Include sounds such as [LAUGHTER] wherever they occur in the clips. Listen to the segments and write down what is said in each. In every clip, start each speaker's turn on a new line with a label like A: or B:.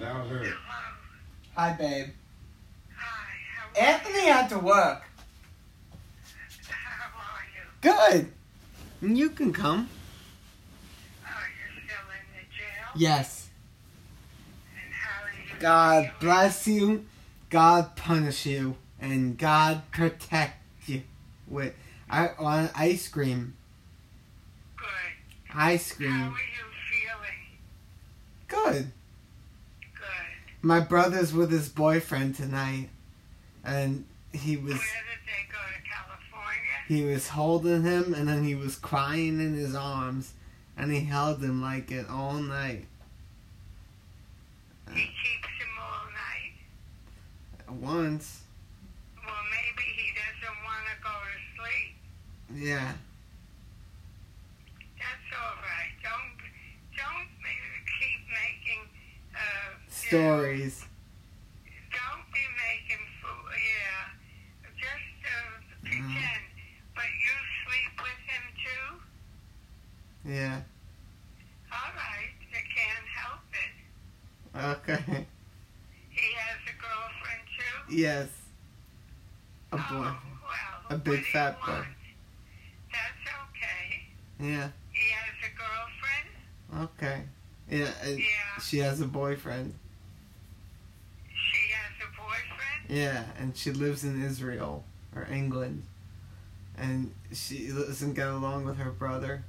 A: How's her?
B: Hi, babe.
C: Hi, how are
B: Anthony had to work.
C: you? How are you?
B: Good. You can come.
C: Are you still in the jail?
B: Yes.
C: And how are you?
B: God
C: feeling?
B: bless you. God punish you. And God protect you. Wait, I want ice cream.
C: Good.
B: Ice
C: How
B: cream.
C: are you feeling?
B: Good.
C: Good.
B: My brother's with his boyfriend tonight, and he was
C: Where did they go to California?
B: he was holding him, and then he was crying in his arms, and he held him like it all night.
C: He keeps him all night.
B: Once,
C: Well, maybe he doesn't want to go to sleep.
B: yeah.
C: That's all right. Don't don't ma- keep making uh,
B: Stories.
C: Don't be making food. Yeah, just uh,
B: Mm.
C: pretend. But you sleep with him too.
B: Yeah.
C: All right, I can't help it.
B: Okay.
C: He has a girlfriend too.
B: Yes. A boy.
C: Oh, well,
B: A big
C: what do you
B: fat boy.
C: want? That's okay.
B: Yeah.
C: He has a girlfriend.
B: Okay. Yeah. and
C: Yeah.
B: She has a boyfriend.
C: She has a boyfriend.
B: Yeah, and she lives in Israel or England, and she doesn't get along with her brother.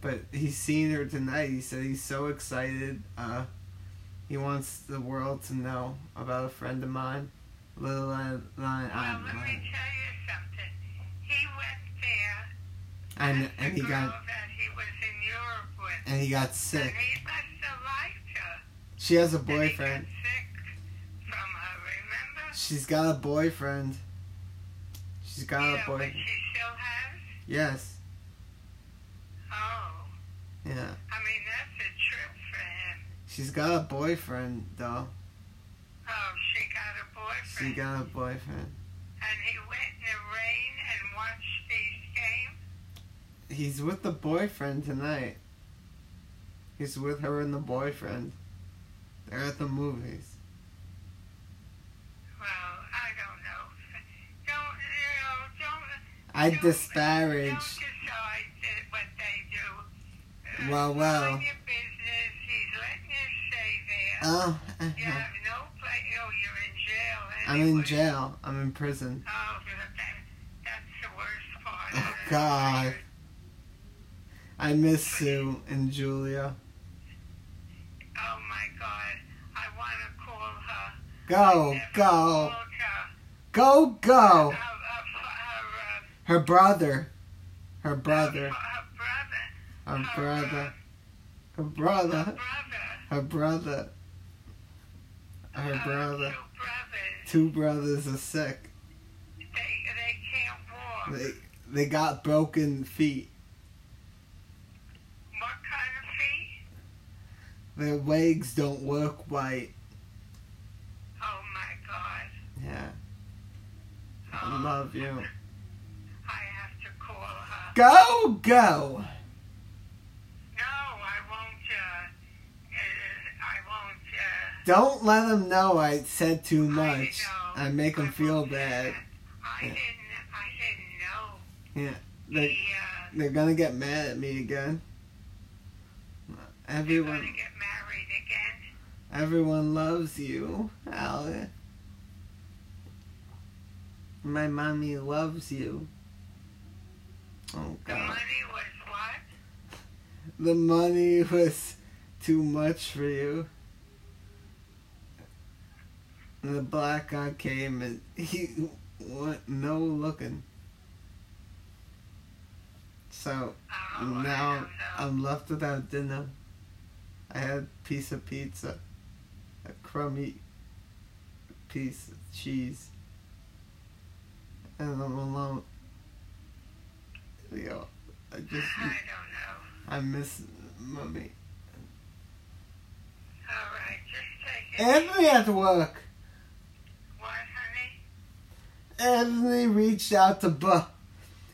B: But he's seen her tonight. He said he's so excited. Uh, he wants the world to know about a friend of mine, Little Lion. Lion
C: Well, let me
B: Lion.
C: tell you something. He went there.
B: And
C: the
B: and he
C: girl
B: got
C: that he was in Europe with.
B: and he got
C: And
B: sick.
C: he must have liked her.
B: She has a
C: And he got
B: boyfriend.
C: sick from her, remember?
B: She's got a boyfriend. She's got
C: yeah,
B: a
C: but
B: Oh, boy.
C: she still has?
B: Yes.
C: Oh.
B: Yeah.
C: I mean, that's a trip for him.
B: She's got a boyfriend though.
C: Oh, she got a
B: She
C: boyfriend.
B: got a boyfriend.
C: And he went in the rain and watched these games?
B: He's with the boyfriend tonight. He's with her and the boyfriend. They're at the movies.
C: Well, I don't know. Don't, you know, don't...
B: I
C: don't- Don't
B: disparage.
C: decide that what they do. Uh,
B: Well, well.
C: mind your business. He's letting you stay there.
B: Oh,
C: You have no place. Oh, you're in jail.
B: I'm in
C: anyway.
B: jail. I'm in prison.
C: Oh, that, that's the worst part.
B: Oh, God. I miss Sue and Julia.
C: Oh, my God. I want to call her.
B: Go,
C: Never
B: go,
C: called her.
B: go,
C: Her,
B: go.
C: her, her,
B: Her brother. Her
C: uh,
B: brother.
C: Her brother.
B: Her brother. Her
C: Her
B: brother.
C: brother.
B: Her brother. Her brother.
C: Two brothers.
B: Two brothers are sick.
C: They, they can't walk.
B: They they got broken feet.
C: What kind of feet?
B: Their legs don't work right.
C: Oh, my God.
B: Yeah,
C: Oh,
B: I love you.
C: I have to call her.
B: Go go.
C: No, I won't. Uh, uh, I won't. Uh,
B: Don't let them know I said too much.
C: I, know.
B: I make them
C: I
B: feel
C: won't do
B: bad.
C: that. I
B: Yeah.
C: didn't. I didn't know.
B: They
C: he, uh,
B: they're gonna get mad at me again.
C: they're gonna
B: Everyone
C: get married again.
B: everyone loves you, Allie. My mommy loves you. Oh
C: The
B: God.
C: money was what?
B: the money was too much for you. And the black guy came and he went no looking. So
C: Oh, I
B: now
C: don't know.
B: I'm left without dinner. I had a piece of pizza, a crummy piece of cheese, and I'm alone. Yo, I just.
C: I don't know.
B: I miss mommy.
C: All right, just take it.
B: Anthony at work.
C: What, honey?
B: Anthony reached out to Buck,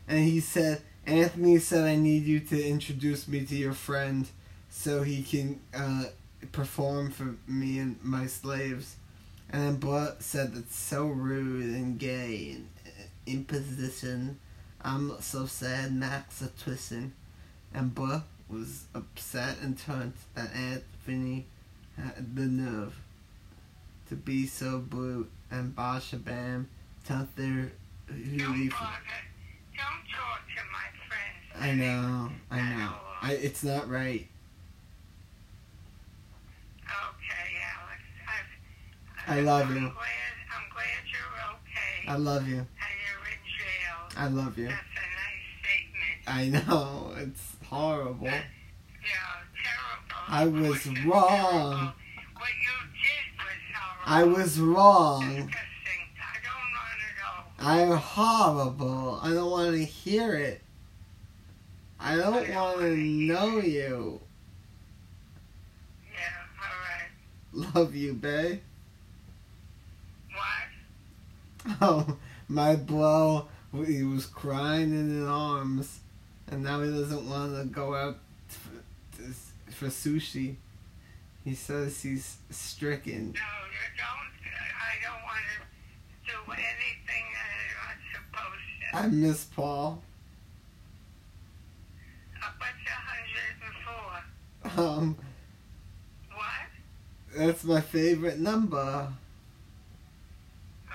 B: and he said, "Anthony said I need you to introduce me to your friend, so he can uh, perform for me and my slaves. And then Blunt said that's so rude and gay and uh, imposition. I'm so sad, Max a twisting. And Blunt was upset and taunt that Anthony had the nerve to be so blue. And Bashabam taunt their
C: Don't
B: really.
C: bother. Don't talk to my friends.
B: I know, I
C: at
B: know.
C: all.
B: I, it's not right.
C: Okay, Alex. I've,
B: I love
C: I'm
B: you.
C: Glad, I'm glad you're okay
B: I love you.
C: and you're in jail.
B: I love you.
C: That's a nice statement.
B: I know, [LAUGHS] it's horrible.
C: Yeah, terrible.
B: I was
C: What you-
B: wrong.
C: terrible. What you did was horrible.
B: I was wrong.
C: Disgusting. I don't want to know.
B: I'm horrible. I don't want to hear it. I don't want to know you.
C: Yeah, all right.
B: Love you, bae. [LAUGHS]
C: What?
B: Oh, my blow. He was crying in his arms, and now he doesn't want to go out for, for sushi. He says he's stricken.
C: No, you don't. I don't want to do anything that I'm not supposed to.
B: I miss Paul.
C: Uh, What's 104?
B: Um,
C: What?
B: that's my favorite number.
C: Uh,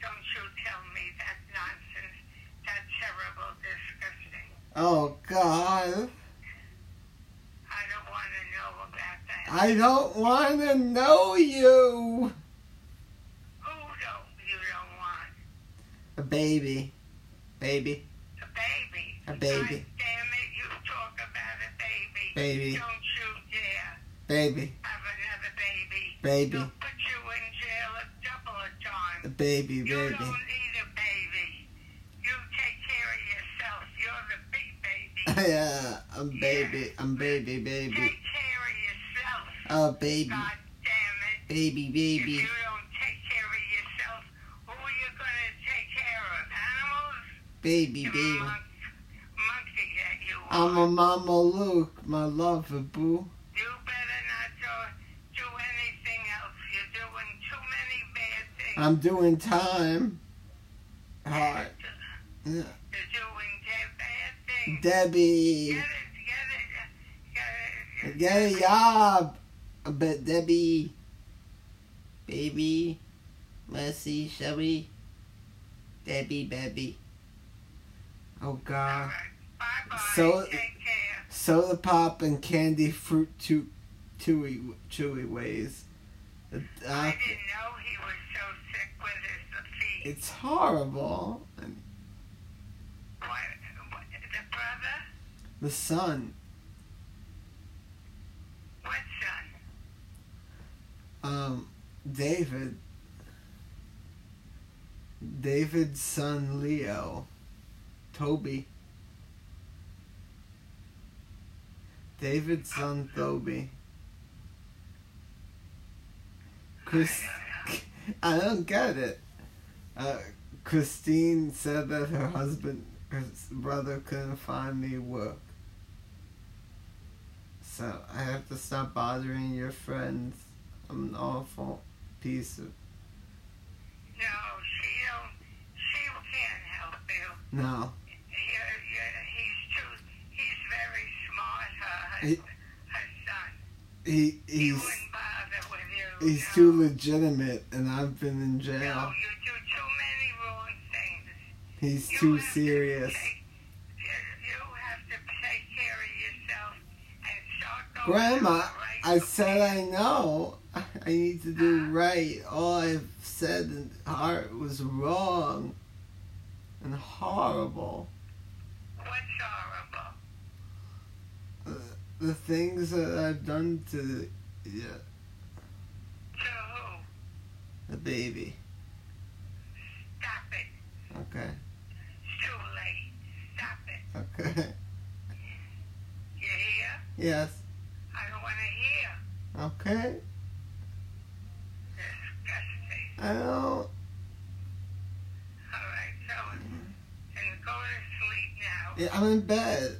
C: don't you tell me that nonsense. That's terrible, disgusting.
B: Oh God,
C: I don't want to know about
B: I
C: that.
B: don't want to know you.
C: Who don't you don't want?
B: A baby, baby,
C: A baby.
B: A baby.
C: God damn it, you talk about a baby.
B: Baby.
C: Don't you dare
B: baby,
C: have another baby.
B: baby,
C: They'll put you in jail a double a time.
B: a baby,
C: You
B: baby. [LAUGHS]
C: don't need a baby. You take care of yourself. You're the big baby.
B: yeah, I'm baby, I'm baby, baby.
C: Take care of yourself.
B: Oh baby,
C: God damn it.
B: baby,
C: If
B: baby.
C: you don't take care of yourself, who are you going to take care of? Animals?
B: baby,
C: You
B: baby.
C: monk- monkey that you are.
B: I'm a mama Luke, my lover boo.
C: You better not do, do anything else. You're doing too many bad things.
B: I'm doing time. Uh, Hard.
C: You're
B: Yeah.
C: doing da- bad things.
B: Debbie,
C: Get it, get it, get it.
B: get a job. But Debbie, baby, let's see, shall we? Debbie, baby. Oh
C: All
B: God.
C: right. Bye-bye.
B: So-
C: Take care.
B: soda pop and candy fruit chew, chewy, chewy ways. uh, The
C: I
B: doc-
C: didn't know he was so sick with his feet.
B: it's horrible. And
C: What, what, the brother?
B: the son,
C: What son?
B: um, David, David's son Leo, Toby. David's son Toby. Chris, I don't get it. Uh, Christine said that her husband, her s- brother, couldn't find me work. So I have to stop bothering your friends. I'm an awful piece of.
C: No, she don't, she can't help you.
B: No.
C: You're, you're, he's too, he's very smart, her, her,
B: He-
C: her son.
B: He,
C: He
B: he's,
C: wouldn't bother with you.
B: he's
C: no.
B: too legitimate, and I've been in
C: No,
B: jail.
C: you do too many wrong things.
B: He's
C: You
B: too
C: have to
B: serious.
C: take- You have to take care of yourself and start going
B: Grandma,
C: to the right
B: I said
C: place.
B: I know. I need to do right. All I've said and heart was wrong and horrible.
C: What's horrible?
B: Uh, The things that I've done to yeah,
C: To who?
B: the baby.
C: Stop it.
B: Okay,
C: It's too late. Stop it.
B: okay. [LAUGHS]
C: You hear?
B: Yes,
C: I don't want to hear.
B: okay.
C: Disgusting.
B: I don't.
C: All right, so, and go to sleep now.
B: Yeah, I'm in bed.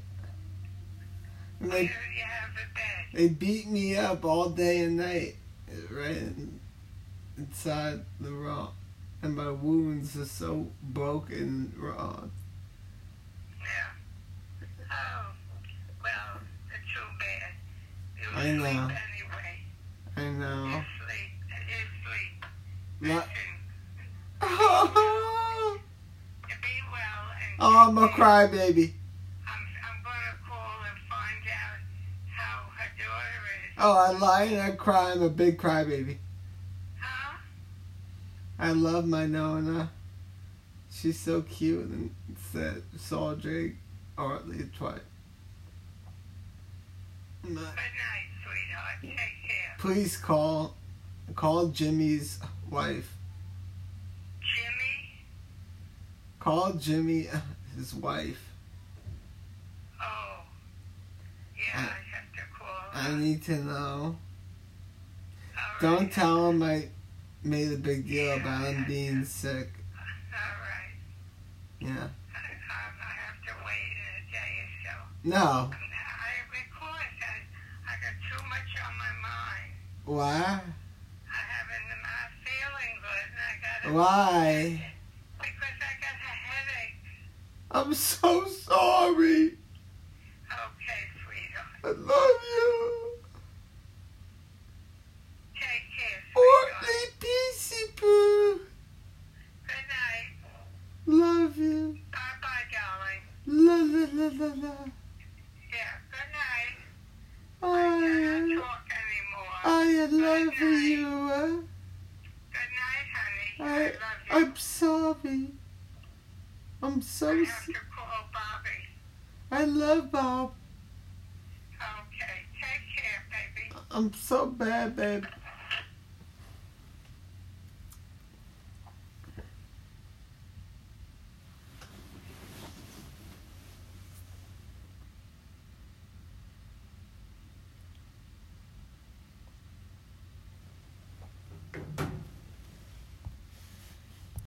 B: I'm
C: Where
B: like,
C: do you have a bed?
B: They beat me up all day and night, right in- inside the raw, and my wounds are so broken and raw.
C: Yeah. Oh, well, it's too bad. You
B: I know.
C: sleep anyway.
B: I know.
C: You sleep. You sleep.
B: Not-
C: Listen,
B: [LAUGHS] oh,
C: be well and
B: I'm a crybaby.
C: I'm, I'm gonna call and find out how her daughter is.
B: Oh, I lie and I cry. I'm a big crybaby.
C: Huh?
B: I love my Nona. She's so cute and said saw Drake or at least twice. My-
C: Good night, sweetheart. Take care.
B: Please call call Jimmy's wife.
C: Jimmy?
B: Call Jimmy uh, his wife.
C: Oh. Yeah, I have to call
B: I
C: her.
B: need to know.
C: All
B: Don't
C: right.
B: tell him I made a big deal about him being sick.
C: All right.
B: Yeah.
C: I, I, I have to wait a day or so.
B: No.
C: I record that. I got too much on my mind.
B: Why?
C: I haven't, I'm not feeling good and I got a,
B: Why?
C: because I got a headache.
B: I'm so sorry.
C: Okay, sweetheart.
B: I love you.
C: Take care,
B: Oh,
C: sweetheart.
B: Orly Peasy Poo.
C: Good night.
B: Love you.
C: Bye-bye, darling.
B: La la la la la.
C: Yeah, good night. I
B: I,
C: cannot talk anymore.
B: I love
C: Good night.
B: you. uh,
C: Good night, honey. I,
B: I,
C: love you.
B: I'm sorry. I'm
C: I
B: so.
C: have
B: s-
C: to call Bobby.
B: I love Bob.
C: Okay, take care, baby.
B: I'm so bad, babe.